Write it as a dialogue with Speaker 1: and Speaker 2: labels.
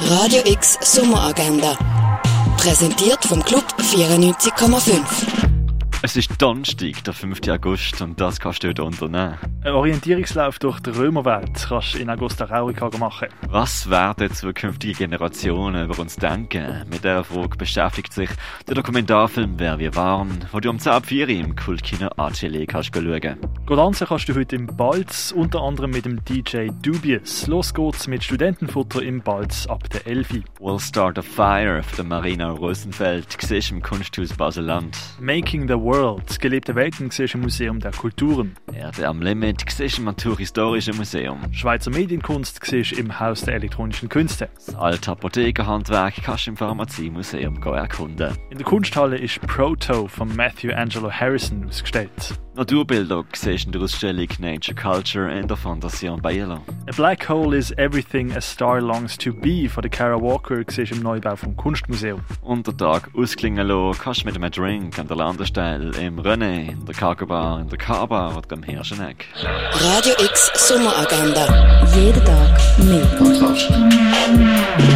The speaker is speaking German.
Speaker 1: Radio X Sommeragenda. Präsentiert vom Club 94,5.
Speaker 2: Es ist Donnerstag, der 5. August, und das kannst du heute unternehmen.
Speaker 3: Ein Orientierungslauf durch die Römerwelt kannst du in Augusta Raurica machen.
Speaker 2: Was werden zukünftige Generationen über uns denken? Mit dieser Frage beschäftigt sich der Dokumentarfilm Wer wir waren, wo du um 10.04 Uhr im Kultkino Atelier kannst schauen kannst.
Speaker 3: Tanzen kannst du heute im Balz, unter anderem mit dem DJ Dubious. Los geht's mit Studentenfutter im Balz ab der 11.
Speaker 2: We'll Start a Fire von Marina Rosenfeld, siehst du im Kunsthaus Baseland.
Speaker 3: Making the World, das gelebte Welten, siehst du im Museum der Kulturen.
Speaker 2: Erde am Limit, siehst du im Naturhistorischen Museum.
Speaker 3: Schweizer Medienkunst siehst du im Haus der elektronischen Künste.
Speaker 2: Das alte Apothekerhandwerk kannst du im Pharmaziemuseum erkunden.
Speaker 3: In der Kunsthalle ist Proto von Matthew Angelo Harrison ausgestellt.
Speaker 2: Naturbilder siehst du in der Ausstellung Nature Culture in der Fondation Bayerlo.
Speaker 3: A Black Hole is Everything a Star Longs to Be von der Kara Walker siehst du im Neubau vom Kunstmuseum.
Speaker 2: Und den Tag ausklingen lassen kannst du mit einem Drink an der Landestelle, im René, in der Kagobar, in der Kaba oder im Hirscheneck.
Speaker 1: Radio X Sommeragenda. Jeden Tag mehr.